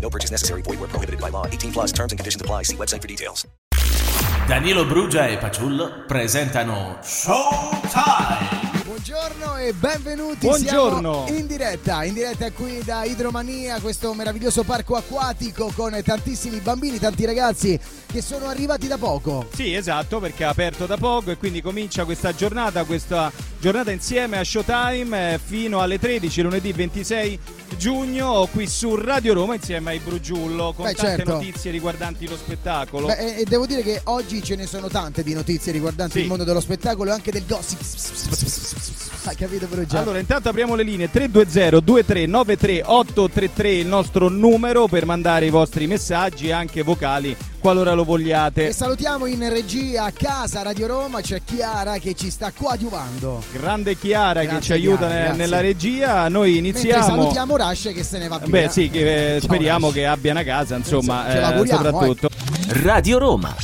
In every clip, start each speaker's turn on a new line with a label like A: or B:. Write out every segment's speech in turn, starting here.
A: No purchase necessary. Void where prohibited by law. 18 plus terms and conditions apply. See website for details.
B: Danilo Brugia e Paciullo presentano Showtime!
C: Buongiorno e benvenuti.
D: Buongiorno.
C: Siamo in diretta, in diretta qui da Idromania, questo meraviglioso parco acquatico con tantissimi bambini, tanti ragazzi che sono arrivati da poco.
D: Sì, esatto, perché ha aperto da poco e quindi comincia questa giornata, questa giornata insieme a Showtime eh, fino alle 13 lunedì 26 giugno qui su Radio Roma insieme ai Brugiullo con
C: Beh,
D: tante
C: certo.
D: notizie riguardanti lo spettacolo.
C: Beh, e, e devo dire che oggi ce ne sono tante di notizie riguardanti
D: Sì.
C: il mondo dello spettacolo e anche del gossip. Hai capito però già?
D: Allora, intanto apriamo le linee 320 2393 833 il nostro numero per mandare i vostri messaggi anche vocali qualora lo
C: e
D: vogliate.
C: salutiamo in regia a casa Radio Roma, c'è Chiara che ci sta coadiuvando.
D: Grande Chiara
C: Grazie,
D: che ci aiuta
C: Chiara,
D: ne-
C: grazie.
D: nella regia. Noi
C: Mentre
D: iniziamo
C: salutiamo Rush che se ne va via.
D: Beh sì, che, eh,
C: Ciao,
D: speriamo
C: Rush.
D: che abbiano a casa, insomma,
C: Ce
D: eh,
C: l'auguriamo,
D: soprattutto.
B: Radio Roma.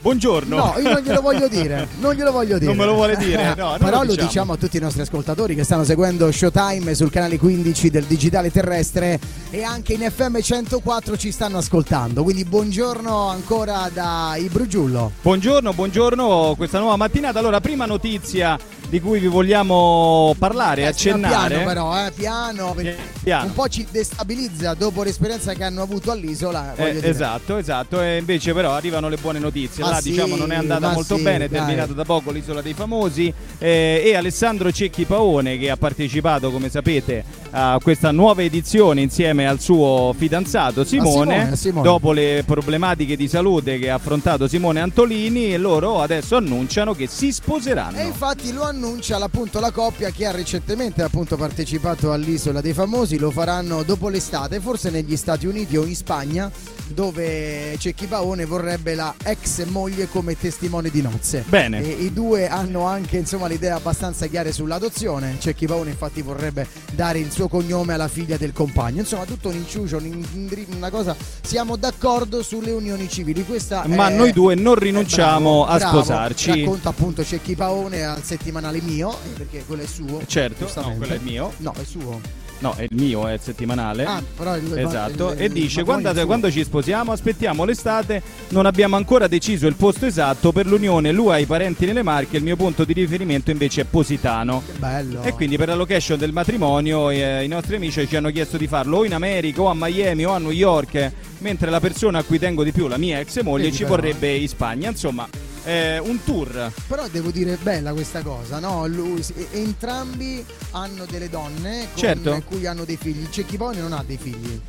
D: Buongiorno.
C: No, io non glielo voglio dire, non glielo voglio dire.
D: Non me lo vuole dire, no, non
C: Però
D: lo
C: lo
D: diciamo.
C: diciamo a tutti i nostri ascoltatori che stanno seguendo Showtime sul canale 15 del digitale terrestre e anche in FM 104 ci stanno ascoltando. Quindi buongiorno ancora da Ibrugiullo.
D: Buongiorno, buongiorno questa nuova mattinata. Allora, prima notizia di cui vi vogliamo parlare,
C: Eh,
D: accennare.
C: Piano però, eh, piano, perché
D: Piano.
C: un po' ci destabilizza dopo l'esperienza che hanno avuto all'isola.
D: Eh,
C: voglio dire.
D: esatto, esatto. E invece però arrivano le buone notizie.
C: Ma
D: Là
C: sì,
D: diciamo non è andata
C: ma
D: molto
C: sì,
D: bene, è
C: dai.
D: terminata da poco l'isola dei famosi. eh, e Alessandro Cecchi Paone che ha partecipato, come sapete, a questa nuova edizione insieme al suo fidanzato Simone.
C: Ah, Simone, Simone.
D: Dopo le problematiche di salute che ha affrontato Simone Antolini, e loro adesso annunciano che si sposeranno.
C: E infatti lo annuncia appunto la coppia che ha recentemente appunto partecipato all'Isola dei Famosi, lo faranno dopo l'estate, forse negli Stati Uniti o in Spagna, dove Cecchi Paone vorrebbe la ex moglie come testimone di nozze.
D: Bene.
C: E I due hanno anche insomma le idee abbastanza chiare sull'adozione. Cecchi Paone infatti vorrebbe dare il suo cognome alla figlia del compagno. Insomma, tutto un inciucio, un indri- una cosa. Siamo d'accordo sulle unioni civili. Questa
D: Ma
C: è-
D: noi due non
C: eh,
D: rinunciamo
C: bravo,
D: a
C: bravo.
D: sposarci.
C: Racconta appunto Cecchi Paone al settimanale mio, eh, perché quello è suo.
D: Certo, no,
C: giustamente.
D: quello è mio.
C: No, è suo.
D: No, è il mio, è il settimanale.
C: Ah, però il-
D: Esatto,
C: il-
D: e
C: il
D: dice
C: matrimonio
D: quando,
C: è suo."
D: quando ci sposiamo aspettiamo l'estate, non abbiamo ancora deciso il posto esatto per l'unione, lui ha i parenti nelle Marche, il mio punto di riferimento invece è Positano.
C: Bello.
D: E quindi per la location del matrimonio eh, i nostri amici ci hanno chiesto di farlo o in America o a Miami o a New York, eh, mentre la persona a cui tengo di più, la mia ex moglie,
C: Vedi
D: ci
C: però.
D: vorrebbe in Spagna, insomma, eh, un tour.
C: Però devo dire bella questa cosa, no? Lui- e- entrambi hanno delle donne con
D: Certo.
C: cui hanno dei figli. Cecchi Paone non ha dei figli.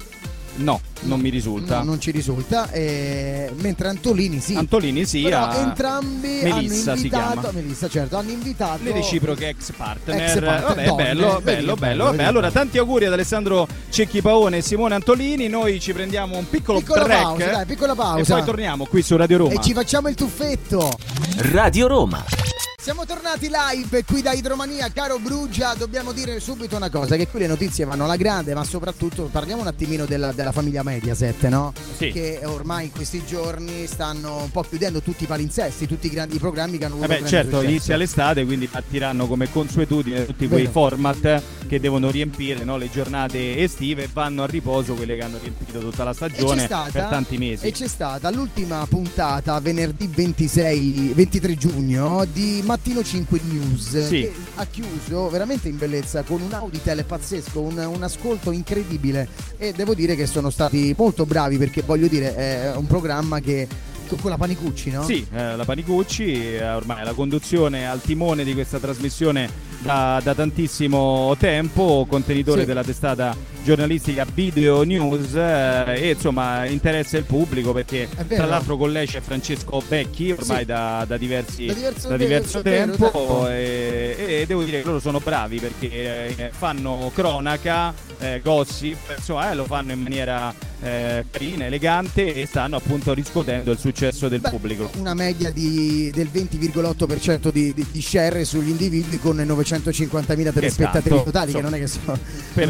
D: No, non mi risulta.
C: No, non ci risulta. eh, mentre Antolini sì.
D: Antolini sì,
C: Però
D: ha-
C: entrambi
D: Melissa
C: hanno
D: si
C: invitato.
D: chiama.
C: Melissa, certo, hanno invitato.
D: le reciproche ex partner.
C: Ex partner,
D: Vabbè,
C: donne.
D: bello,
C: Vedi che bello,
D: bello, bello.
C: vedi
D: Vabbè,
C: che
D: allora,
C: bello.
D: tanti auguri ad Alessandro Cecchi Paone e Simone Antolini. Noi ci prendiamo un piccolo
C: Piccola
D: break.
C: pausa, dai, piccola pausa.
D: E poi torniamo qui su Radio Roma.
C: E ci facciamo il tuffetto.
B: Radio Roma.
C: Siamo tornati live qui da Idromania, caro Brugia. Dobbiamo dire subito una cosa: che qui le notizie vanno alla grande, ma soprattutto parliamo un attimino della, della famiglia Mediaset, no?
D: Sì.
C: Che ormai in questi giorni stanno un po' chiudendo tutti i palinsesti, tutti i grandi programmi che hanno
D: Eh
C: avuto
D: beh,
C: grande
D: certo,
C: successo.
D: inizia l'estate, quindi partiranno come consuetudine tutti quei
C: Vero.
D: format che devono riempire no, le giornate estive e vanno a riposo quelle che hanno riempito tutta la
C: E c'è
D: stagione
C: stata,
D: per tanti mesi.
C: E c'è stata l'ultima puntata venerdì 26, 23 giugno di Mattino 5 News
D: Sì.
C: che ha chiuso veramente in bellezza con un auditel pazzesco, un, un ascolto incredibile e devo dire che sono stati molto bravi perché voglio dire è un programma che con quella Panicucci, no?
D: Sì, eh, la Panicucci eh, ormai è la conduzione al timone di questa trasmissione da, da tantissimo tempo, contenitore
C: Sì.
D: della testata giornalistica Video News eh, e insomma interessa il pubblico perché
C: È vero. eh?
D: tra l'altro con lei c'è Francesco Becchi ormai
C: Sì.
D: da, da diversi,
C: Da diverso
D: da diverso
C: tempo, è vero,
D: tempo e, e devo dire che loro sono bravi perché eh, fanno cronaca, eh, gossip, insomma eh, lo fanno in maniera eh, carina, elegante e stanno appunto riscuotendo il successo del
C: Beh,
D: pubblico.
C: Una media di- del 20,8% di, di, di share sugli individui con 950.000 telespettatori
D: tanto,
C: totali, che
D: insomma.
C: non è che sono.
D: per,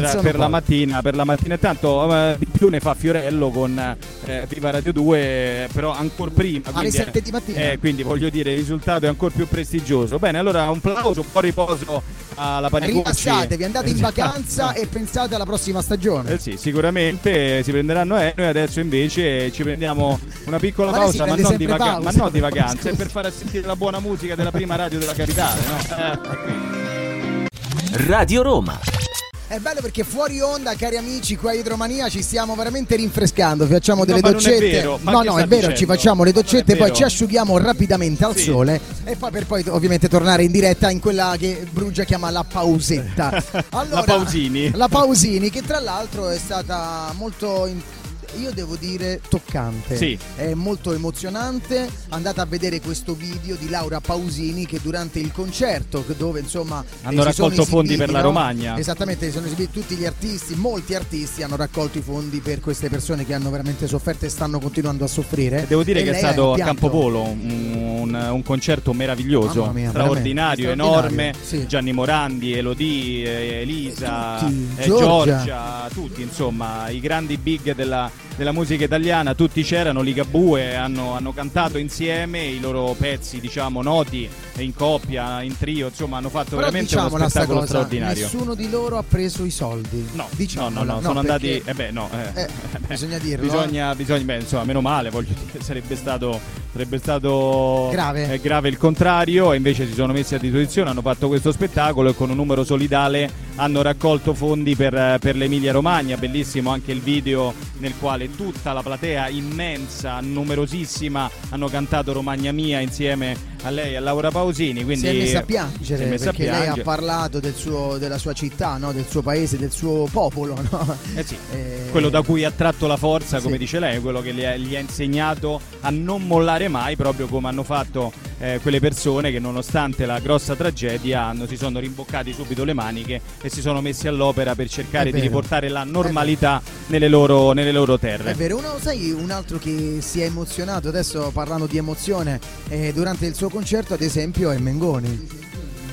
C: non sono
D: per la
C: pochi.
D: mattina, per la mattina. E Tanto eh, di più ne fa Fiorello con eh, Viva Radio 2, eh, però ancora prima.
C: Alle
D: quindi,
C: 7 di mattina.
D: eh, quindi voglio dire, il risultato è ancora più prestigioso. Bene, allora un plauso, un po' riposo alla Panicucci.
C: Rilassatevi, andate in
D: Esatto.
C: vacanza e pensate alla prossima stagione.
D: Eh sì, sicuramente eh, si prenderanno eh, noi adesso invece eh, ci prendiamo una piccola
C: Ma lei si
D: pausa, ma
C: prende
D: non, di
C: sempre
D: vaca-
C: pause.
D: ma non di vacanza,
C: Scusi.
D: è per far sentire la buona musica della prima radio della capitale, no? Eh,
B: Radio Roma.
C: È bello perché fuori onda, cari amici, qua a Idromania ci stiamo veramente rinfrescando, facciamo
D: No,
C: delle
D: ma non è
C: doccette.
D: vero, ma
C: no,
D: che
C: no,
D: sta
C: è vero,
D: dicendo?
C: ci facciamo le
D: Ma non è
C: doccette, poi
D: vero.
C: ci asciughiamo rapidamente al
D: Sì.
C: sole e poi per poi ovviamente tornare in diretta in quella che Brugia chiama la pausetta. Allora,
D: La Pausini.
C: La Pausini che tra l'altro è stata molto in- io devo dire toccante,
D: Sì.
C: è molto emozionante. Andate a vedere questo video di Laura Pausini che durante il concerto, che- dove insomma
D: Hanno
C: si sono
D: raccolto fondi
C: esibiti,
D: per la
C: no?
D: Romagna.
C: Esattamente, si sono esibiti tutti gli artisti, molti artisti hanno raccolto i fondi per queste persone che hanno veramente sofferto e stanno continuando a soffrire.
D: Devo dire
C: E
D: che è
C: lei
D: stato a
C: pianto.
D: Campopolo un, un- un concerto meraviglioso,
C: Mamma mia,
D: straordinario,
C: veramente, straordinario,
D: enorme.
C: sì.
D: Gianni Morandi, Elodie, eh, Elisa,
C: Tutti,
D: eh,
C: Giorgia.
D: Giorgia. tutti insomma, i grandi big della, della musica italiana, tutti c'erano, Ligabue, hanno, hanno cantato insieme i loro pezzi, diciamo, noti, in coppia, in trio, insomma, hanno fatto
C: Però
D: veramente
C: diciamola
D: uno
C: sta
D: spettacolo
C: cosa,
D: straordinario.
C: Nessuno di loro ha preso i soldi.
D: No, no,
C: Diciamola,
D: no, no, sono
C: perché-
D: andati. Eh beh, no, eh.
C: Eh, bisogna dirlo,
D: Bisogna, bisogna- beh, insomma, meno male, voglio dire, sarebbe stato, sarebbe stato
C: Grave.
D: eh, grave il contrario. E invece si sono messi a disposizione, hanno fatto questo spettacolo e con un numero solidale hanno raccolto fondi per, eh, per l'Emilia Romagna. Bellissimo anche il video nel quale tutta la platea immensa, numerosissima, hanno cantato Romagna Mia insieme a lei e a Laura Pausini.
C: si
D: Quindi
C: è messa a
D: si
C: piangere
D: è messa a
C: perché lei
D: piangere.
C: ha parlato del suo- della sua città, Ah, no? del suo paese, del suo popolo. no?
D: Eh sì,
C: Eh,
D: quello da cui ha tratto la forza, come
C: sì.
D: dice lei, quello che gli ha, gli ha insegnato a non mollare mai, proprio come hanno fatto eh, quelle persone che nonostante la grossa tragedia hanno- si sono rimboccati subito le maniche e si sono messi all'opera per cercare
C: È
D: di
C: vero.
D: riportare la normalità nelle loro, nelle loro terre.
C: È vero, uno, sai un altro che si è emozionato adesso parlando di emozione eh, durante il suo concerto, ad esempio, è Mengoni.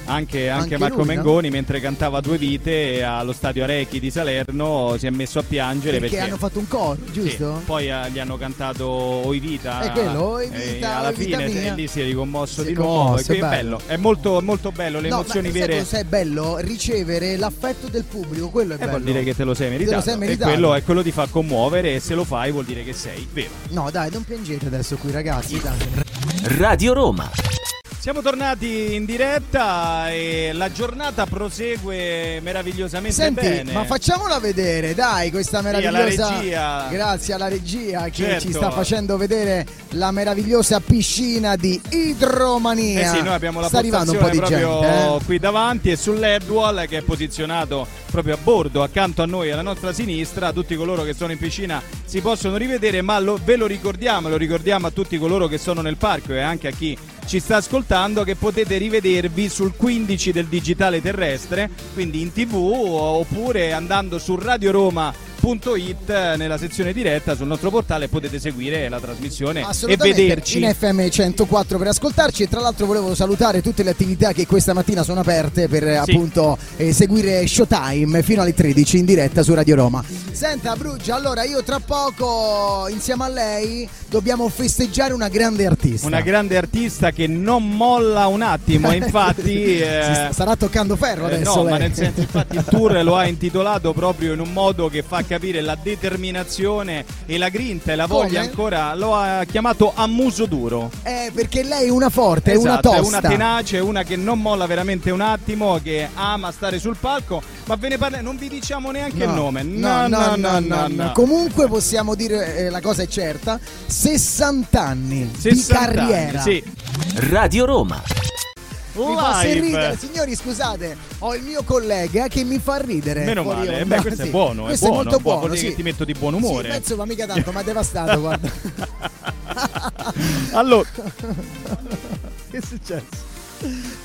D: Anche, anche
C: Anche
D: Marco
C: lui, no?
D: Mengoni, mentre cantava Due Vite eh, allo stadio Arechi di Salerno, si è messo a piangere
C: Perché,
D: perché,
C: hanno fatto un coro, giusto?
D: Sì, Poi eh, gli hanno cantato Oi Vita.
C: È quello, Oi
D: eh,
C: Vita,
D: alla
C: Oi Vita
D: fine
C: mia.
D: e lì si è ricommosso
C: Si è
D: di nuovo. E
C: commosso,
D: qui
C: è
D: è
C: bello.
D: bello. È molto, molto bello, le
C: No,
D: emozioni
C: ma
D: vere.
C: Sai cosa è bello? Ricevere l'affetto del pubblico, quello è
D: Eh,
C: bello.
D: vuol dire che te lo sei meritato.
C: sei meritato.
D: E quello, è quello ti fa commuovere e se lo fai vuol dire che sei vero.
C: No, dai, non piangete adesso qui, ragazzi. dai.
B: Radio Roma.
D: Siamo tornati in diretta e la giornata prosegue meravigliosamente
C: Senti,
D: bene.
C: ma facciamola vedere, dai, questa
D: alla
C: meravigliosa.
D: regia.
C: Grazie alla regia che
D: Certo.
C: ci sta facendo vedere la meravigliosa piscina di
D: Eh
C: idromania.
D: sì, noi abbiamo la
C: sta arrivando un po' di
D: postazione
C: gente.
D: proprio
C: eh.
D: qui davanti e sull'Edwall che è posizionato proprio a bordo, accanto a noi, alla nostra sinistra. Tutti coloro che sono in piscina si possono rivedere, ma lo- ve lo ricordiamo, lo ricordiamo a tutti coloro che sono nel parco e anche a chi ci sta ascoltando che potete rivedervi sul 15 del digitale terrestre, quindi in tv oppure andando su radioroma.it eh, nella sezione diretta sul nostro portale potete seguire la trasmissione e
C: Assolutamente.
D: vederci
C: in FM 104 per ascoltarci e tra l'altro volevo salutare tutte le attività che questa mattina sono aperte per eh,
D: Sì.
C: appunto eh, seguire Showtime fino alle 13 in diretta su Radio Roma. Senta Brugia, allora io tra poco insieme a lei dobbiamo festeggiare una grande artista.
D: Una grande artista che non molla un attimo, e infatti.
C: Si
D: eh,
C: sta- starà toccando ferro
D: eh,
C: adesso
D: no,
C: lei.
D: ma nel senso, infatti, il tour lo ha intitolato proprio in un modo che fa capire la determinazione e la grinta e la voglia
C: Come?
D: ancora. Lo ha chiamato a muso duro.
C: Eh, perché lei è una forte, è una
D: Esatto,
C: tosta.
D: È una tenace, una che non molla veramente un attimo, che ama stare sul palco.
B: Ma ve ne parla, non vi diciamo neanche il
D: No,
B: nome.
D: No, no, no, no, no. Comunque possiamo dire, eh, la cosa è certa, 60 anni
B: 60
D: di
B: anni,
D: carriera.
B: Sì.
E: Radio Roma.
D: Mi fa Oh, se ridere,
B: Live.
D: signori, scusate, ho il mio collega che mi fa ridere.
B: Meno
D: fuori
B: male, eh,
D: onda.
B: beh, questo è
D: Sì,
B: buono, è
D: questo
B: buono,
D: molto
B: può-
D: buono.
B: vuol dire
D: sì.
B: che ti metto di buon umore.
D: Sì, penso, ma mica tanto, ma devastato, guarda.
B: Allora,
D: che è successo?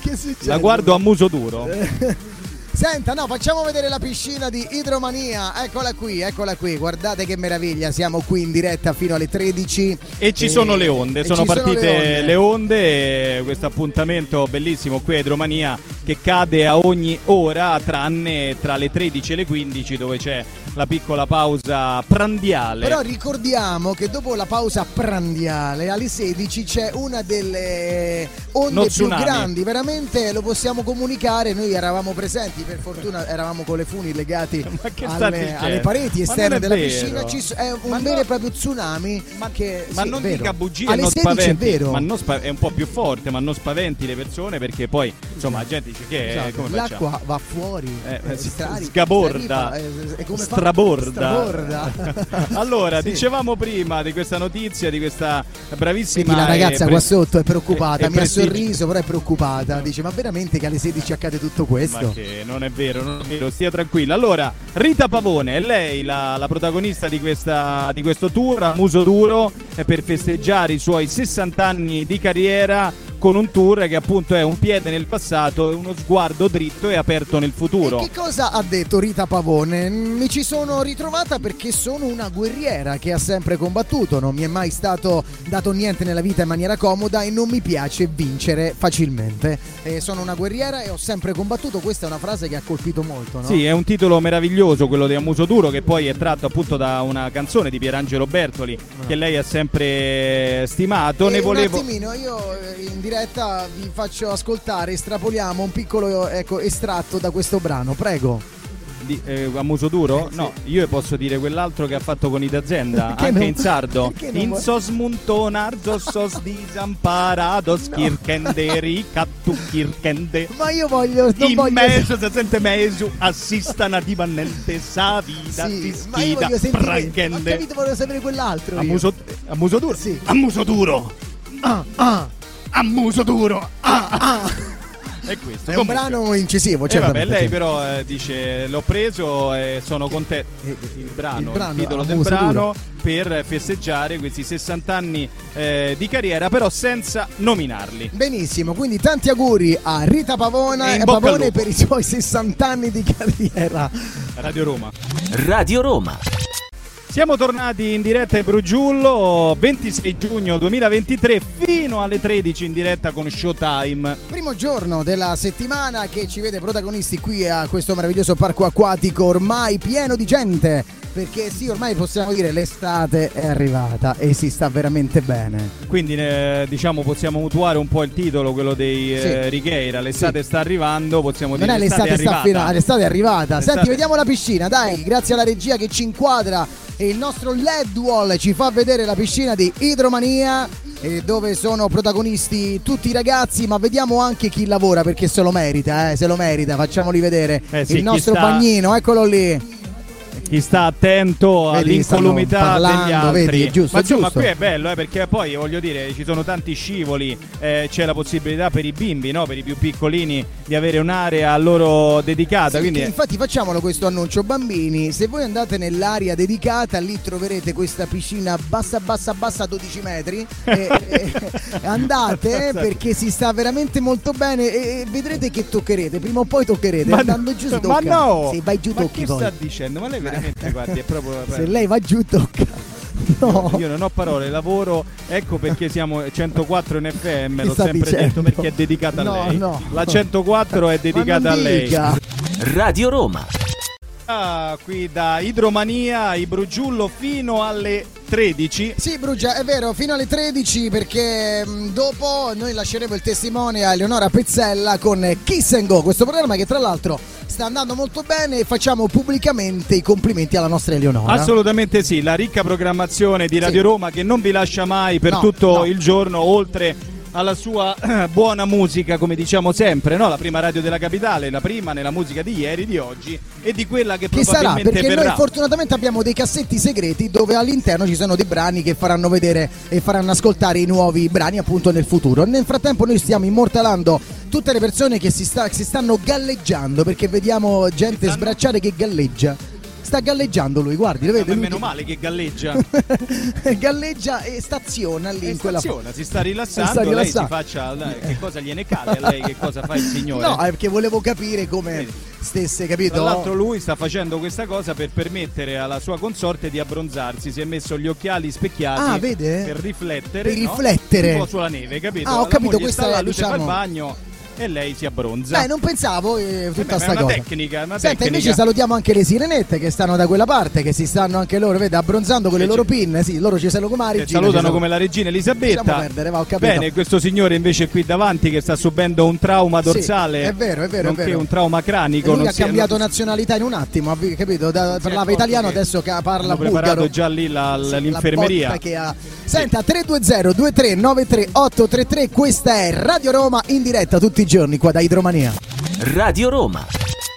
D: Che è successo?
B: la guardo a muso duro.
D: Senta, no, facciamo vedere la piscina di Idromania. Eccola qui, eccola qui. Guardate che meraviglia. Siamo qui in diretta fino alle 13.
B: E ci sono le onde,
D: e
B: sono
D: ci
B: partite
D: le
B: le onde, e questo appuntamento bellissimo qui a Idromania che cade a ogni ora tranne tra le 13 e le 15 dove c'è la piccola pausa prandiale.
D: Però ricordiamo che dopo la pausa prandiale alle 16 c'è una delle onde
B: No
D: più
B: tsunami.
D: grandi, veramente lo possiamo comunicare, noi eravamo presenti, per fortuna eravamo con le funi legati
B: Ma che state
D: alle,
B: dicendo?
D: alle pareti
B: Ma non
D: esterne
B: è
D: della
B: vero.
D: piscina, ci s- è un
B: Ma
D: vero
B: no.
D: e proprio tsunami
B: Ma,
D: che
B: ma
D: sì,
B: non
D: vero.
B: dica bugie,
D: alle
B: non
D: 16
B: spaventi.
D: è vero.
B: Ma non spa- è un po' più forte, ma non spaventi le persone perché poi insomma la gente dice che eh,
D: Scusate,
B: come facciamo?
D: Esatto. l'acqua va fuori,
B: Eh,
D: eh,
B: si-
D: strari-
B: sgaborda,
D: strarifa, eh, e come fa-
B: straborda.
D: straborda.
B: allora,
D: Sì.
B: dicevamo prima di questa notizia, di questa bravissima
D: Vedi, la
B: e
D: ragazza
B: pre-
D: qua sotto è preoccupata,
B: e- e
D: mi ha
B: prestigio-
D: sorriso, però è preoccupata. Dice: Ma veramente che alle 16 accade tutto
B: Ma
D: questo?
B: che non è vero, non è vero, stia tranquilla. Allora, Rita Pavone è lei la, la protagonista di, questa, di questo tour a Muso Duro eh, per festeggiare i suoi 60 anni di carriera con un tour che appunto è un piede nel passato e uno sguardo dritto e aperto nel futuro.
D: E che cosa ha detto Rita Pavone? Mi ci sono ritrovata perché sono una guerriera che ha sempre combattuto, non mi è mai stato dato niente nella vita in maniera comoda e non mi piace vincere facilmente. Eh, sono una guerriera e ho sempre combattuto, questa è una frase che ha colpito molto, no?
B: Sì, è un titolo meraviglioso quello di Amuso Duro che poi è tratto appunto da una canzone di Pierangelo Bertoli che lei ha sempre stimato.
D: E
B: ne volevo...
D: Ah. Eh, Un attimino, io eh, in diretta vi faccio ascoltare, estrapoliamo un piccolo ecco, estratto da questo brano, prego.
B: Di, eh, a muso duro? No, io posso dire quell'altro che ha fatto con i d'azienda,
D: Perché
B: anche
D: non-
B: in sardo.
D: perché non
B: In
D: vuoi-
B: sos muntonarzos sos disamparados kirkenderi cattu kirkende.
D: Ma io voglio. Non
B: In
D: voglio
B: mezzo se sente mesu assistana divanente sa vida ti
D: sì, ma io
B: schida
D: voglio sentire. Ho
B: prangende.
D: capito, volevo sapere quell'altro.
B: A
D: io.
B: muso, a muso duro?
D: Sì.
B: A muso duro!
D: Ah, ah,
B: A muso duro! Ah, ah. E questo
D: è un
B: comunque.
D: brano incisivo,
B: E
D: certo.
B: vabbè, lei però eh, dice l'ho preso e sono contento
D: eh,
B: il brano,
D: il
B: il,
D: brano,
B: titolo
D: a
B: del
D: muso
B: brano
D: duro.
B: per festeggiare questi 60 anni eh, di carriera, però senza nominarli.
D: Benissimo, quindi tanti auguri a Rita Pavona
B: E in
D: e
B: bocca al
D: Pavone
B: lupo.
D: per i suoi 60 anni di carriera.
B: Radio Roma.
E: Radio Roma.
B: Siamo tornati in diretta in Brugiullo 26 giugno 2023 fino alle 13 in diretta con Showtime.
D: Primo giorno della settimana che ci vede protagonisti qui a questo meraviglioso parco acquatico ormai pieno di gente. Perché sì, ormai possiamo dire l'estate è arrivata e si sta veramente bene.
B: Quindi eh, diciamo possiamo mutuare un po' il titolo, quello dei eh,
D: Sì.
B: Righeira. L'estate sta arrivando, possiamo
D: Non
B: dire
D: è l'estate, sta
B: arrivata.
D: fino- l'estate è arrivata.
B: L'estate-
D: Senti, vediamo la piscina, dai, grazie alla regia che ci inquadra e il nostro LED wall ci fa vedere la piscina di Idromania eh, dove sono protagonisti tutti i ragazzi, ma vediamo anche chi lavora perché se lo merita, eh, se lo merita, facciamoli vedere.
B: Eh sì,
D: il
B: chi
D: nostro
B: sta-
D: bagnino, eccolo lì.
B: chi sta attento
D: Vedi, stanno
B: all'incolumità
D: parlando,
B: degli altri.
D: vedi, è giusto,
B: ma insomma,
D: giusto.
B: qui è bello eh, perché poi voglio dire, ci sono tanti scivoli, eh, c'è la possibilità per i bimbi, no? per i più piccolini, di avere un'area a loro dedicata.
D: Sì,
B: Ah, quindi
D: che infatti facciamolo questo annuncio bambini se voi andate nell'area dedicata lì troverete questa piscina bassa bassa bassa 12 metri e- e- andate perché si sta veramente molto bene e, e vedrete che toccherete prima o poi toccherete andando giù si
B: ma
D: tocca
B: no!
D: se vai giù
B: ma
D: tocchi
B: che
D: poi
B: sta dicendo? Ma lei veramente guardi, è proprio.
D: se lei va giù tocca no
B: Io non ho parole, lavoro, ecco perché siamo 104 in FM,
D: Che
B: l'ho
D: sta
B: sempre
D: dicendo?
B: detto perché è dedicata
D: No,
B: a lei.
D: no.
B: La 104 è dedicata
D: Ma
B: a
D: non
B: lei.
D: dica.
E: Radio Roma.
B: Ah, qui da Idromania, Ibrugiullo fino alle 13.
D: Sì, Brugia, è vero, fino alle 13 perché mh, dopo noi lasceremo il testimone a Eleonora Pezzella con Kiss and Go, questo programma che tra l'altro sta andando molto bene e facciamo pubblicamente i complimenti alla nostra Eleonora.
B: Assolutamente sì, la ricca programmazione di Radio
D: Sì.
B: Roma che non vi lascia mai per
D: No,
B: tutto
D: no.
B: il giorno, oltre alla sua buona musica, come diciamo sempre, no? La prima radio della capitale, la prima nella musica di ieri, di oggi e di quella che
D: Che sarà?
B: probabilmente
D: Perché
B: verrà.
D: noi fortunatamente abbiamo dei cassetti segreti dove all'interno ci sono dei brani che faranno vedere e faranno ascoltare i nuovi brani appunto nel futuro. Nel frattempo noi stiamo immortalando tutte le persone che si, sta- si stanno galleggiando perché vediamo gente sbracciare che galleggia. Sta galleggiando lui, guardi, lo
B: Ah,
D: vede?
B: ma
D: Lui
B: meno male che galleggia.
D: che- galleggia e staziona lì
B: E
D: in quella foto.
B: staziona, si sta rilassando,
D: Si sta
B: lei si
D: rilassando. Eh.
B: faccia dai, che cosa gliene cade a lei, che cosa fa il signore.
D: No, è perché volevo capire come
B: Vedi.
D: stesse,
B: Tra l'altro
D: capito?
B: lui sta facendo questa cosa per permettere alla sua consorte di abbronzarsi, si è messo gli occhiali specchiati
D: Ah, vede?
B: per riflettere,
D: Per
B: no?
D: riflettere.
B: un po' sulla neve, capito?
D: Ah, ho
B: La
D: capito,
B: moglie
D: questa
B: sta là,
D: è,
B: lui si fa il
D: diciamo-
B: bagno e lei si abbronza.
D: Dai, non pensavo eh,
B: Eh beh,
D: tutta
B: ma
D: sta
B: è una
D: cosa.
B: tecnica, è una
D: Senta,
B: tecnica.
D: invece salutiamo anche le sirenette che stanno da quella parte, che si stanno anche loro, vede, abbronzando con le
B: Invece-
D: loro pinne. Sì, loro ci salutano come la
B: Che
D: regina, ci
B: salutano
D: salu-
B: come la regina Elisabetta.
D: Lasciamo perdere, va, ho capito.
B: Bene, questo signore invece qui davanti che sta subendo un trauma
D: Sì,
B: dorsale.
D: è vero, è vero, è
B: nonché
D: vero.
B: un trauma
D: E
B: cranico.
D: Lui
B: non
D: ha
B: si è-
D: cambiato
B: non-
D: nazionalità in un attimo, ha vi- capito? Da-
B: si è
D: parlava
B: accorto
D: italiano,
B: che
D: adesso ca- parla
B: hanno preparato
D: bulgaro.
B: già lì la-
D: Sì,
B: l-
D: la
B: l'infermeria.
D: botta che ha. Senta, 320 2393 833, questa è Radio Roma in diretta tutti i giorni qua da Idromania.
E: Radio Roma.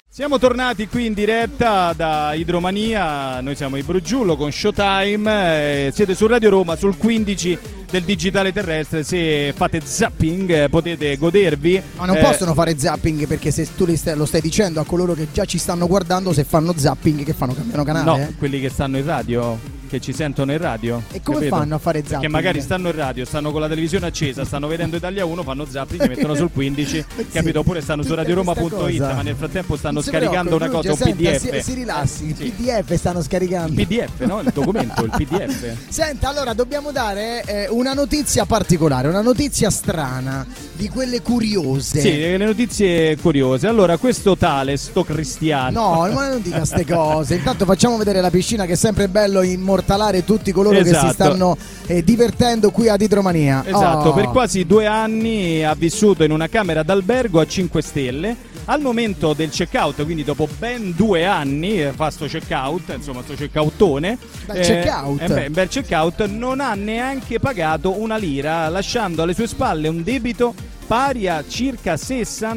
B: Siamo tornati qui in diretta da Idromania, noi siamo i Brugiullo con Showtime, eh, siete su Radio Roma sul 15 del digitale terrestre, se fate zapping eh, potete godervi.
D: Ma non
B: eh,
D: possono fare zapping perché se tu li stai- lo stai dicendo a coloro che già ci stanno guardando, se fanno zapping che fanno cambiano canale.
B: No,
D: eh?
B: quelli che stanno in radio, che ci sentono in radio.
D: E come
B: capito?
D: fanno a fare
B: Che
D: zapping?
B: magari stanno in radio, stanno con la televisione accesa, stanno vedendo Italia 1, fanno zapping, ci mettono sul 15,
D: Sì,
B: capito? Oppure stanno su
D: tutta
B: radioroma.it,
D: questa cosa.
B: ma nel frattempo stanno
D: Non si
B: scaricando una
D: preoccupi,
B: cosa, un
D: Luigi,
B: PDF.
D: senta, Si, si rilassi, il
B: Eh, Sì.
D: PDF stanno scaricando.
B: Il PDF, no? Il documento, il PDF.
D: Senta, allora dobbiamo dare eh, una notizia particolare, una notizia strana, di quelle curiose.
B: Sì, eh, le notizie curiose. Allora, questo tale, sto cristiano.
D: No, ma non dica queste cose. Intanto facciamo vedere la piscina che è sempre bello immortalare tutti coloro che
B: Esatto.
D: si stanno eh, divertendo qui ad Idromania.
B: Esatto,
D: Oh.
B: per quasi due anni ha vissuto in una camera d'albergo a 5 stelle. Al momento del checkout, quindi dopo ben due anni, eh, fa sto checkout, insomma sto checkoutone.
D: Bel checkout.
B: eh beh, bel checkout, non ha neanche pagato una lira, lasciando alle sue spalle un debito pari a circa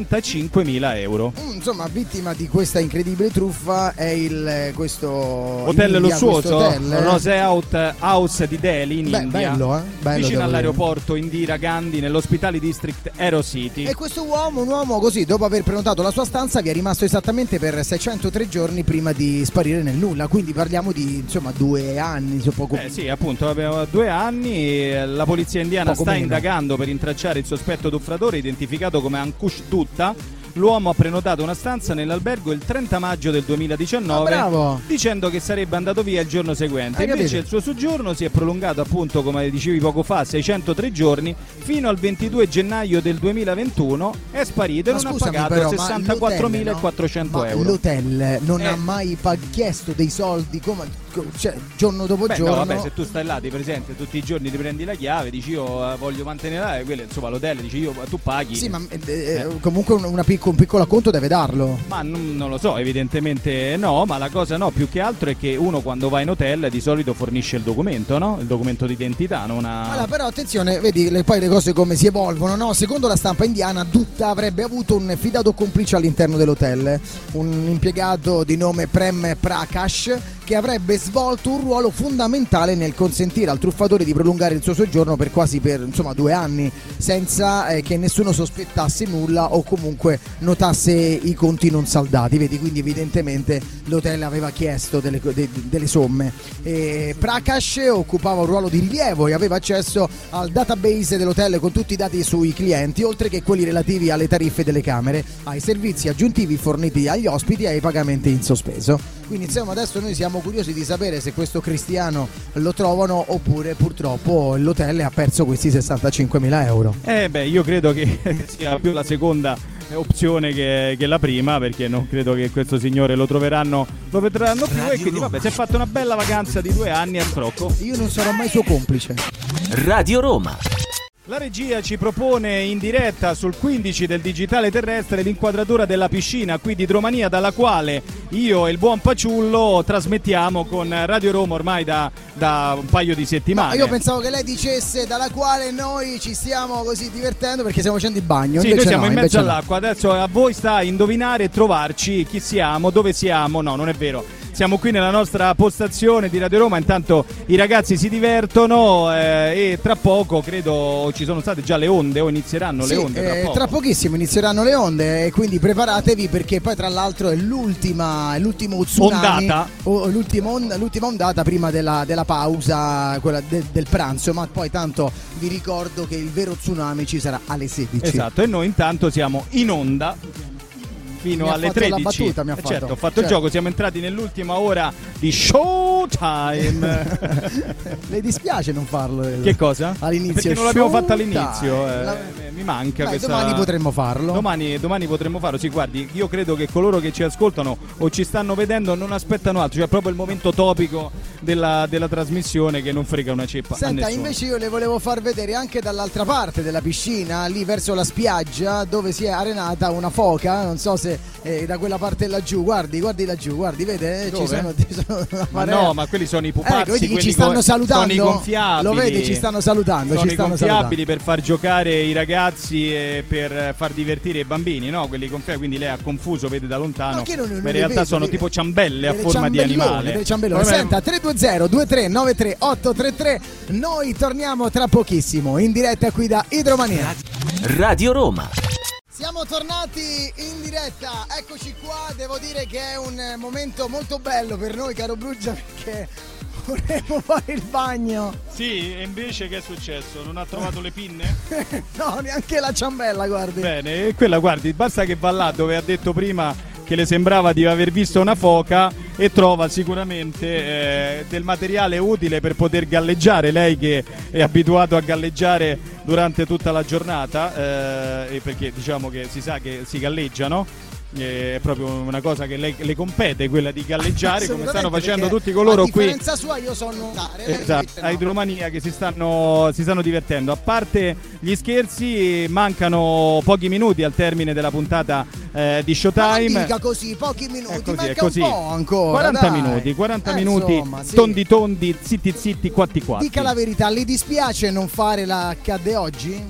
B: 65.000 euro.
D: Mm, Insomma, vittima di questa incredibile truffa è il eh, questo
B: Hotel
D: India, questo
B: lussuoso,
D: hotel, eh.
B: Rose Out House di Delhi in
D: Beh,
B: India,
D: bello, eh? Bello, devo
B: vicino
D: dire.
B: all'aeroporto Indira Gandhi nell'ospitale district Aero City.
D: E questo uomo, un uomo così, dopo aver prenotato la sua stanza, vi è rimasto esattamente per 603 giorni prima di sparire nel nulla. Quindi parliamo di insomma due anni, so poco.
B: Eh sì, appunto, abbiamo due anni, eh, la polizia indiana
D: Poco
B: sta
D: meno.
B: indagando per intracciare il sospetto d'uffratore identificato come Ankush Tutta. L'uomo ha prenotato una stanza nell'albergo il 30 maggio del 2019
D: Ah, bravo.
B: dicendo che sarebbe andato via il giorno seguente.
D: Hai
B: Invece
D: capito?
B: il suo soggiorno si è prolungato appunto, come dicevi poco fa, 603 giorni fino al 22 gennaio del 2021 è sparito e
D: Ma
B: non ha
D: scusami,
B: pagato
D: però, ma l'hotel,
B: 64.400
D: no? Ma
B: euro.
D: L'hotel non
B: Eh.
D: ha mai pa- chiesto dei soldi, come- co- cioè, giorno dopo
B: Beh, no,
D: giorno.
B: vabbè, se tu stai là, ti presenti tutti i giorni, ti prendi la chiave, dici io eh, voglio mantenere, eh, quello, insomma, l'hotel, dici io, tu paghi.
D: Sì, ma eh, eh, comunque un, una picco- un piccolo acconto deve darlo.
B: Ma non, non lo so, evidentemente no, ma la cosa no, più che altro è che uno quando va in hotel di solito fornisce il documento, no? Il documento d'identità, non ha...
D: Allora, però attenzione, vedi le- poi le cose come si evolvono, no? Secondo la stampa indiana, Dutta avrebbe avuto un fidato complice all'interno dell'hotel, un impiegato di nome Prem Prakash che avrebbe svolto un ruolo fondamentale nel consentire al truffatore di prolungare il suo soggiorno per quasi per, insomma, due anni senza eh, che nessuno sospettasse nulla o comunque notasse i conti non saldati, vedi? Quindi evidentemente l'hotel aveva chiesto delle, co- de- delle somme. E Prakash occupava un ruolo di rilievo e aveva accesso al database dell'hotel con tutti i dati sui clienti, oltre che quelli relativi alle tariffe delle camere, ai servizi aggiuntivi forniti agli ospiti e ai pagamenti in sospeso. Quindi insomma adesso noi siamo curiosi di sapere se questo cristiano lo trovano oppure purtroppo l'hotel ha perso questi 65.000 euro.
B: Eh beh, io credo che sia più la seconda eh, opzione che, che la prima, perché non credo che questo signore lo troveranno, lo vedranno
D: Eh,
B: più e quindi vabbè, si è fatta una bella vacanza di due anni al crocco.
D: Io non sarò mai suo complice.
E: Radio Roma.
B: La regia ci propone in diretta sul 15 del digitale terrestre l'inquadratura della piscina qui di Dromania dalla quale io e il buon Paciullo trasmettiamo con Radio Roma ormai da, da un paio di
D: No,
B: settimane.
D: io pensavo che lei dicesse dalla quale noi ci stiamo così divertendo perché stiamo facendo il bagno.
B: Sì,
D: invece
B: noi siamo
D: no,
B: in mezzo
D: invece no.
B: all'acqua. Adesso a voi sta indovinare e trovarci chi siamo, dove siamo. No, non è vero. Siamo qui nella nostra postazione di Radio Roma. Intanto i ragazzi si divertono eh, e tra poco credo ci sono state già le onde o inizieranno
D: Sì,
B: le onde. Tra
D: eh,
B: poco.
D: tra pochissimo inizieranno le onde e quindi preparatevi perché poi tra l'altro è l'ultima è l'ultimo tsunami
B: Ondata.
D: o l'ultima, on- l'ultima ondata prima della, della pausa quella de- del pranzo ma poi tanto vi ricordo che il vero tsunami ci sarà alle 16
B: Esatto, e noi intanto siamo in onda fino
D: Mi ha
B: alle
D: fatto la
B: 13.
D: battuta, mi ha
B: Eh,
D: fatto.
B: Certo, ho fatto il
D: Certo.
B: gioco, siamo entrati nell'ultima ora di Showtime.
D: le dispiace non farlo eh?
B: che cosa?
D: All'inizio
B: Perché non l'abbiamo
D: show
B: fatto all'inizio,
D: time.
B: eh,
D: La-
B: mi manca
D: Dai,
B: questa-
D: domani potremmo farlo
B: Domani, domani potremmo farlo, sì, guardi, io credo che coloro che ci ascoltano o ci stanno vedendo non aspettano altro, cioè proprio il momento topico della, della trasmissione che non frega una ceppa. a
D: Senta,
B: nessuno.
D: invece io le volevo far vedere anche dall'altra parte della piscina, lì verso la spiaggia, dove si è arenata una foca, non so se eh, da quella parte laggiù, guardi, guardi laggiù, guardi, vede, eh, ci
B: Dove?
D: sono, ci sono una
B: Ma
D: marea.
B: no, ma quelli sono i pupazzi,
D: Ecco, vedi che
B: quelli
D: ci stanno
B: co- sono
D: salutando.
B: i gonfiabili.
D: Lo vedi, ci stanno salutando,
B: Sono
D: ci
B: i
D: stanno
B: gonfiabili
D: salutando.
B: per far giocare i ragazzi e per eh, far divertire i bambini, no? Quelli gonfiabili, quindi lei ha confuso, vede da lontano.
D: Ma che non- non
B: ma in
D: le
B: realtà
D: vedo,
B: sono
D: delle-
B: tipo ciambelle a
D: delle
B: forma di
D: ciambellone,
B: animale.
D: delle ciambellone.
B: Come-
D: Senta, 320 2393 833. Noi torniamo tra pochissimo in diretta qui da Idromania.
E: Radio Roma.
D: Siamo tornati in diretta, eccoci qua, devo dire che è un eh, momento molto bello per noi caro Brugia perché vorremmo fare il bagno,
B: Sì, e invece che è successo? Non ha trovato le pinne?
D: no neanche la ciambella guardi,
B: Bene, e quella guardi, basta che va là dove ha detto prima che le sembrava di aver visto una foca e trova sicuramente eh, del materiale utile per poter galleggiare, lei che è abituato a galleggiare durante tutta la giornata, eh, e perché diciamo che si sa che si galleggia, no? Eh, È proprio una cosa che le, le compete, quella di galleggiare, come stanno
D: Assolutamente,
B: facendo
D: perché
B: tutti coloro
D: A
B: qui
D: differenza sua io sono
B: Esatto, a
D: Hai
B: idromania che si stanno, si stanno divertendo. A parte gli scherzi, mancano pochi minuti al termine della puntata eh, di
D: Non
B: Showtime.
D: dica così, pochi minuti,
B: È così,
D: manca
B: è così.
D: un po' ancora.
B: 40
D: dai.
B: minuti, 40
D: Eh,
B: minuti,
D: insomma, sì.
B: tondi tondi, zitti zitti, quatti quatti.
D: Dica la verità, le dispiace non fare la cadde oggi?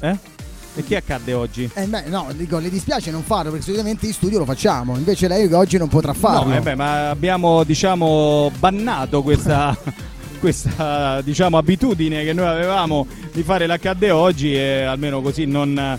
B: Eh? E chi accadde oggi?
D: Eh beh, no, dico, le dispiace non farlo perché solitamente in studio lo facciamo, invece lei che oggi non potrà farlo.
B: No, eh beh, ma abbiamo diciamo bannato questa, questa, diciamo, abitudine che noi avevamo di fare l'HD oggi e almeno così non,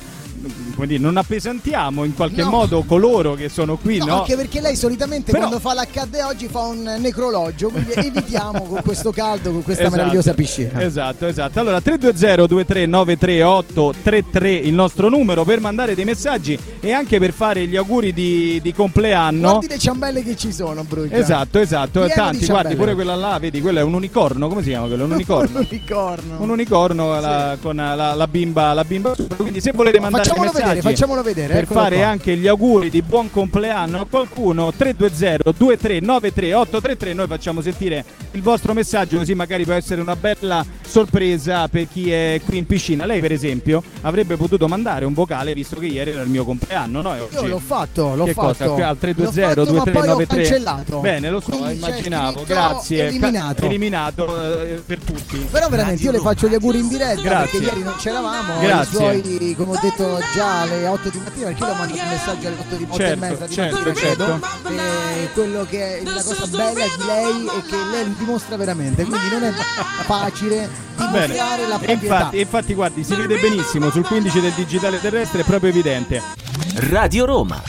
B: come dire, non appesantiamo in qualche
D: No.
B: modo coloro che sono qui.
D: No,
B: No,
D: anche perché lei solitamente
B: Però-
D: quando fa l'accadde oggi fa un necrologio, quindi evitiamo con questo caldo, con questa
B: Esatto.
D: meravigliosa piscina.
B: Esatto, esatto. Allora 320-2393833 il nostro numero per mandare dei messaggi e anche per fare gli auguri di, di compleanno.
D: Guardi le ciambelle che ci sono, Brugia.
B: Esatto, esatto,
D: Pieno di
B: tanti, guardi
D: ciambelle.
B: pure quella là, vedi, quello è un unicorno, come si chiama quello? Un unicorno.
D: Un unicorno.
B: un unicorno la- con la, la bimba la bimba sopra. quindi se volete mandare dei
D: Facciamolo vedere,
B: messaggi
D: facciamolo vedere,
B: per
D: eccolo
B: fare
D: qua.
B: anche gli auguri di buon compleanno a qualcuno 320 2393 833 noi facciamo sentire il vostro messaggio così magari può essere una bella sorpresa per chi è qui in piscina lei per esempio avrebbe potuto mandare un vocale visto che ieri era il mio compleanno no? E
D: Io
B: oggi-
D: l'ho fatto, l'ho
B: che
D: fatto.
B: cosa? Qui al
D: L'ho fatto,
B: 320
D: ma poi l'ho
B: 2393
D: cancellato.
B: Bene, lo so,
D: Quindi c'è
B: immaginavo.
D: scritto
B: Grazie. Ca-
D: Eliminato.
B: eliminato, eh, per tutti.
D: Però veramente io le faccio gli auguri in diretta
B: Grazie.
D: perché ieri non c'eravamo.
B: Grazie.
D: I suoi, come ho detto già alle 8 di mattina, perché io le mando un messaggio alle 8 di otto e
B: Certo,
D: mezza di
B: certo,
D: mattina,
B: certo.
D: credo. E quello che è la cosa bella di lei è che lei lo dimostra veramente, quindi non è facile
B: Bene.
D: dimostrare la
B: E
D: propria
B: infatti,
D: età.
B: infatti, guardi, si vede benissimo sul 15 del digitale terrestre, è proprio evidente.
E: Radio Roma.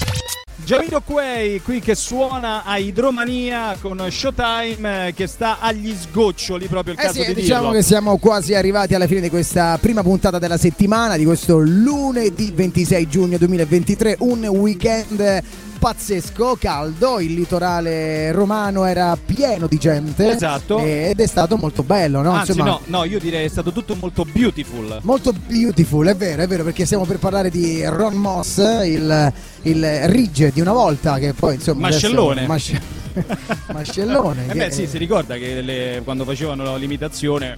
B: Giamiro Quay qui che suona a Idromania con Showtime eh, che sta agli sgoccioli, proprio il
D: Eh
B: caso
D: sì,
B: di
D: diciamo
B: dirlo.
D: che siamo quasi arrivati alla fine di questa prima puntata della settimana, di questo lunedì 26 giugno 2023, un weekend pazzesco, caldo, il litorale romano era pieno di gente
B: Esatto.
D: ed è stato molto bello, no?
B: Anzi,
D: Insomma,
B: no, no, io direi è stato tutto molto beautiful.
D: Molto beautiful, è vero, è vero, perché stiamo per parlare di Ron Moss, il, il Ridge di una volta, che poi insomma... adesso-
B: Mascellone.
D: masce- mascellone.
B: Eh
D: che-
B: beh, sì, si ricorda che le- quando facevano l'imitazione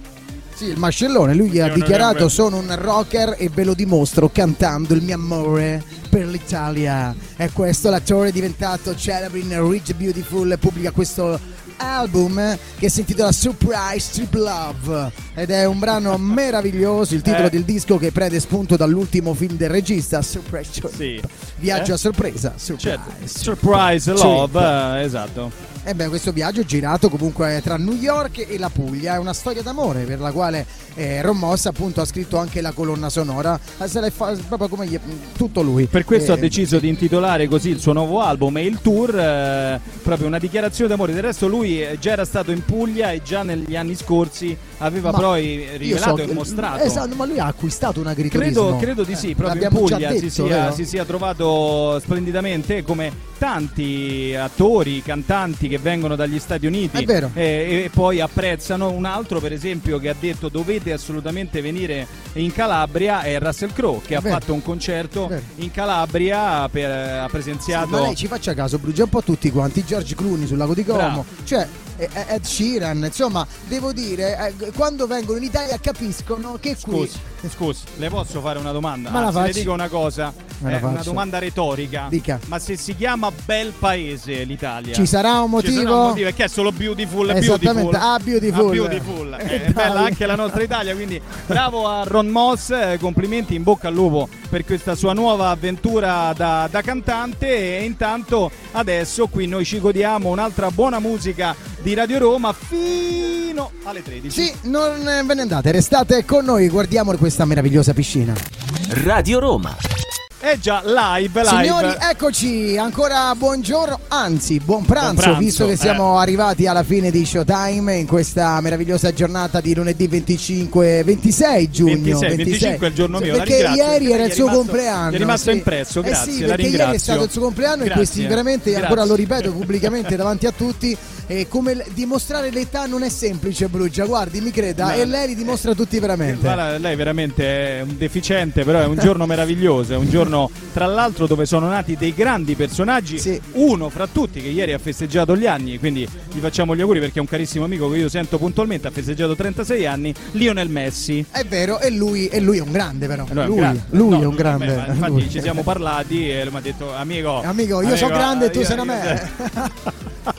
D: Sì, il mascellone, lui ha
F: no,
D: dichiarato
F: no,
D: sono un rocker e ve lo dimostro cantando il mio amore per l'Italia. E questo l'attore è diventato celebre in Rich Beautiful, pubblica questo album che si intitola Surprise Trip Love ed è un brano meraviglioso, il titolo
B: Eh.
D: del disco che prende spunto dall'ultimo film del regista, Surprise Trip.
B: Sì.
D: Viaggio
B: Eh?
D: a sorpresa, Surprise.
B: Certo. Surprise
D: Trip.
B: Love, eh, esatto.
D: E beh, questo viaggio è girato comunque eh, tra New York e la Puglia, è una storia d'amore per la quale eh, Ron Moss appunto ha scritto anche la colonna sonora, Eh, se l'è fa- proprio come gli- mm, tutto lui.
B: Per questo
D: Eh,
B: ha deciso di intitolare così il suo nuovo album e il tour, eh, proprio una dichiarazione d'amore. Del resto lui eh, già era stato in Puglia e già negli anni scorsi aveva
D: Ma
B: poi
D: io so
B: rivelato e
D: che-
B: mostrato.
D: Esatto, ma lui ha acquistato un agriturismo.
B: Credo, credo di sì, ah,
D: Eh,
B: proprio in
D: l'abbiamo
B: Puglia
D: già detto,
B: si, sia,
D: vero?
B: si sia trovato splendidamente come tanti attori, cantanti che vengono dagli Stati Uniti
D: È vero.
B: eh, e poi apprezzano. Un altro per esempio che ha detto dovete assolutamente venire in Calabria è Russell Crowe che
D: È
B: ha
D: vero.
B: fatto un concerto
D: È vero.
B: in Calabria, per- ha presenziato...
D: Ma lei ci faccia caso, brugia un po' tutti quanti, George Clooney sul lago di Como,
B: Bravo.
D: cioè eh, eh, Ed Sheeran, insomma, devo dire, eh, quando vengono in Italia capiscono che qui...
B: Scusi, scusi, le posso fare una domanda?
D: Ma la
B: Anzi, le
D: faccio.
B: dico una cosa,
D: Ma
B: è
D: la
B: una
D: faccio.
B: domanda retorica.
D: Dica.
B: Ma se si chiama bel paese l'Italia?
D: Ci sarà un motivo?
B: Ci sarà un motivo, perché è solo beautiful, beautiful.
D: Esattamente, ah, beautiful.
B: Ah, beautiful. Eh,
D: Eh,
B: è bella
D: dai.
B: anche la nostra Italia, quindi bravo a Ron Moss, eh, complimenti in bocca al lupo per questa sua nuova avventura da, da cantante e intanto adesso qui noi ci godiamo un'altra buona musica di Radio Roma fino alle 13.
D: Sì, non eh, ve ne andate, restate con noi, guardiamo questa meravigliosa piscina.
E: Radio Roma.
B: È Eh già live, live.
D: Signori, eh. eccoci, ancora buongiorno, anzi buon pranzo,
B: Buon pranzo,
D: visto che
B: eh.
D: siamo arrivati alla fine di Showtime in questa meravigliosa giornata di lunedì 25, 26 giugno.
B: 26, 25 è il giorno mio, la
D: Perché
B: ringrazio.
D: ieri era
B: Ieri
D: il
B: è
D: suo
B: rimasto-
D: compleanno.
B: è rimasto
D: sì.
B: impresso, grazie,
D: Eh sì,
B: la
D: perché ieri è
B: ringrazio.
D: stato il suo compleanno e
B: Grazie.
D: questi veramente,
B: Grazie.
D: ancora lo ripeto pubblicamente davanti a tutti, eh, come l- dimostrare l'età non è semplice Brugia, guardi mi creda,
B: Ma-
D: e lei li dimostra tutti veramente.
B: Guarda, lei veramente è un deficiente, però è un giorno meraviglioso, è un giorno tra l'altro dove sono nati dei grandi personaggi,
D: Sì.
B: uno fra tutti che ieri ha festeggiato gli anni, quindi gli facciamo gli auguri perché è un carissimo amico che io sento puntualmente, ha festeggiato 36 anni, Lionel Messi.
D: È vero, e lui, e lui è un grande però.
B: Eh, no, è un
D: lui,
B: grande.
D: lui
B: No,
D: è
B: no,
D: un grande.
B: beh, ma infatti
D: Lui.
B: ci siamo parlati e lui mi ha detto amico...
D: Amico, io sono grande e tu
B: io-
D: sei una
B: io-
D: me.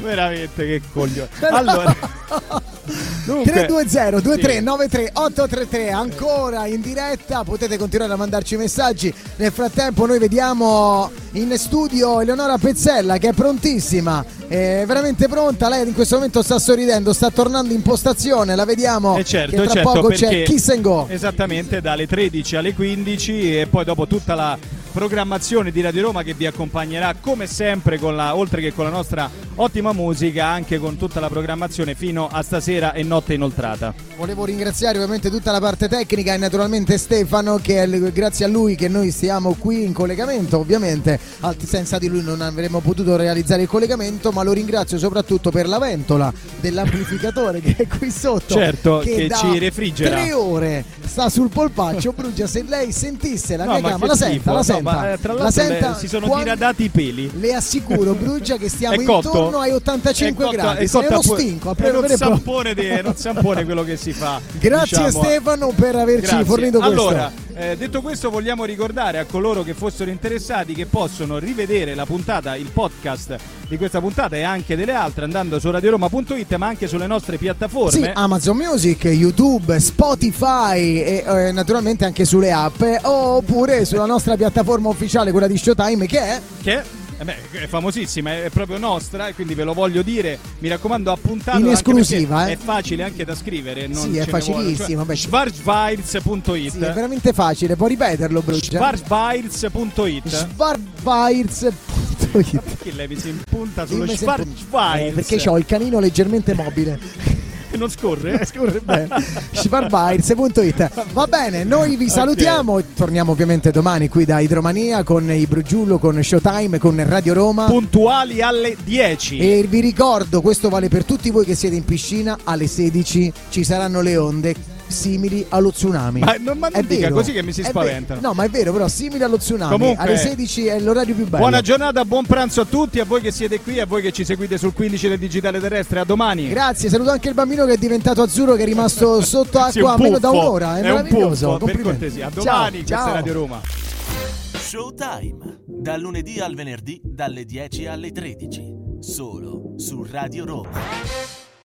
B: Veramente che coglione. Allora... Dunque-
D: 320 23
B: Sì.
D: 93 833 ancora in diretta potete continuare a mandarci messaggi nel frattempo noi vediamo in studio Eleonora Pezzella che è prontissima è veramente pronta lei in questo momento sta sorridendo sta tornando in postazione la vediamo
B: E certo,
D: Oh, che tra
B: certo,
D: poco c'è
B: perché-
D: Kiss and Go
B: Esattamente dalle 13 alle 15 e poi dopo tutta la programmazione di Radio Roma che vi accompagnerà come sempre con la, oltre che con la nostra ottima musica anche con tutta la programmazione fino a stasera e notte inoltrata.
D: Volevo ringraziare ovviamente tutta la parte tecnica e naturalmente Stefano che è l- grazie a lui che noi siamo qui in collegamento ovviamente Alt- senza di lui non avremmo potuto realizzare il collegamento ma lo ringrazio soprattutto per la ventola dell'amplificatore che è qui sotto
B: Certo, che
D: da
B: ci refrigera.
D: tre ore sta sul polpaccio Brugia se lei sentisse la
B: No,
D: mia
B: ma
D: chiama
B: che
D: la senta
B: schifo.
D: la
B: No,
D: senta
B: ma, eh, tra
D: la
B: l'altro le-
D: senta
B: si sono
D: quando-
B: diradati i peli.
D: le assicuro Brugia che stiamo
B: È cotto?
D: intorno ai 85
B: È cotto-
D: gradi
B: è
D: se
B: cotto
D: lo
B: a pu-
D: stinco a
B: è non
D: prendere proprio-
B: sampone, di- non sampone quello che si fa.
D: Grazie
B: diciamo.
D: Stefano per averci
B: Grazie.
D: fornito questo.
B: allora, eh, detto questo, vogliamo ricordare a coloro che fossero interessati che possono rivedere la puntata, il podcast di questa puntata e anche delle altre andando su radioroma.it ma anche sulle nostre
D: Sì, ah.
B: piattaforme.
D: Amazon Music, YouTube, Spotify e eh, naturalmente anche sulle app eh, oppure sulla nostra piattaforma ufficiale, quella di Showtime che è
B: Che eh beh, è famosissima, è proprio nostra e quindi ve lo voglio dire. Mi raccomando, appuntatelo
D: In
B: anche perché
D: esclusiva, eh.
B: È facile anche da scrivere. Non
D: Sì,
B: ce ne
D: è
B: vuole,
D: facilissimo, beh.
B: Cioè, schwarzweiz.it.
D: sì, è veramente facile, puoi ripeterlo Brugia?
B: schwarzweiz.it.
D: Svarvires.it
B: Perché lei mi si impunta sullo
D: Dimmi se- Eh,
B: Schwarzweiz?
D: Perché ho il canino leggermente mobile. Eh,
B: Non scorre?
D: Scorre bene. Schwarzweiz.it. Va bene, noi vi salutiamo. Torniamo ovviamente domani qui da Idromania con i Brugiullo, con Showtime, con Radio Roma.
B: puntuali alle 10.
D: E vi ricordo, questo vale per tutti voi che siete in piscina, alle 16 ci saranno le onde simili allo tsunami.
B: Ma non- ma non
D: È
B: dica
D: vero.
B: così che mi si
D: È
B: spaventano.
D: vero. No, ma è vero, però simili allo tsunami.
B: Comunque-
D: alle 16 è l'orario più bello.
B: Buona giornata, buon pranzo a tutti, a voi che siete qui, a voi che ci seguite sul 15 del digitale terrestre, a domani.
D: Grazie, saluto anche il bambino che è diventato azzurro che è rimasto sotto
B: Sì, un
D: acqua a meno da
B: puffo.
D: un'ora. È,
B: È un puffo,
D: meraviglioso.
B: per
D: complimenti.
B: cortesia. A
D: Ciao,
B: domani, questa
D: ciao.
B: è Radio Roma.
F: Showtime, dal lunedì al venerdì dalle 10 alle 13, solo su Radio Roma.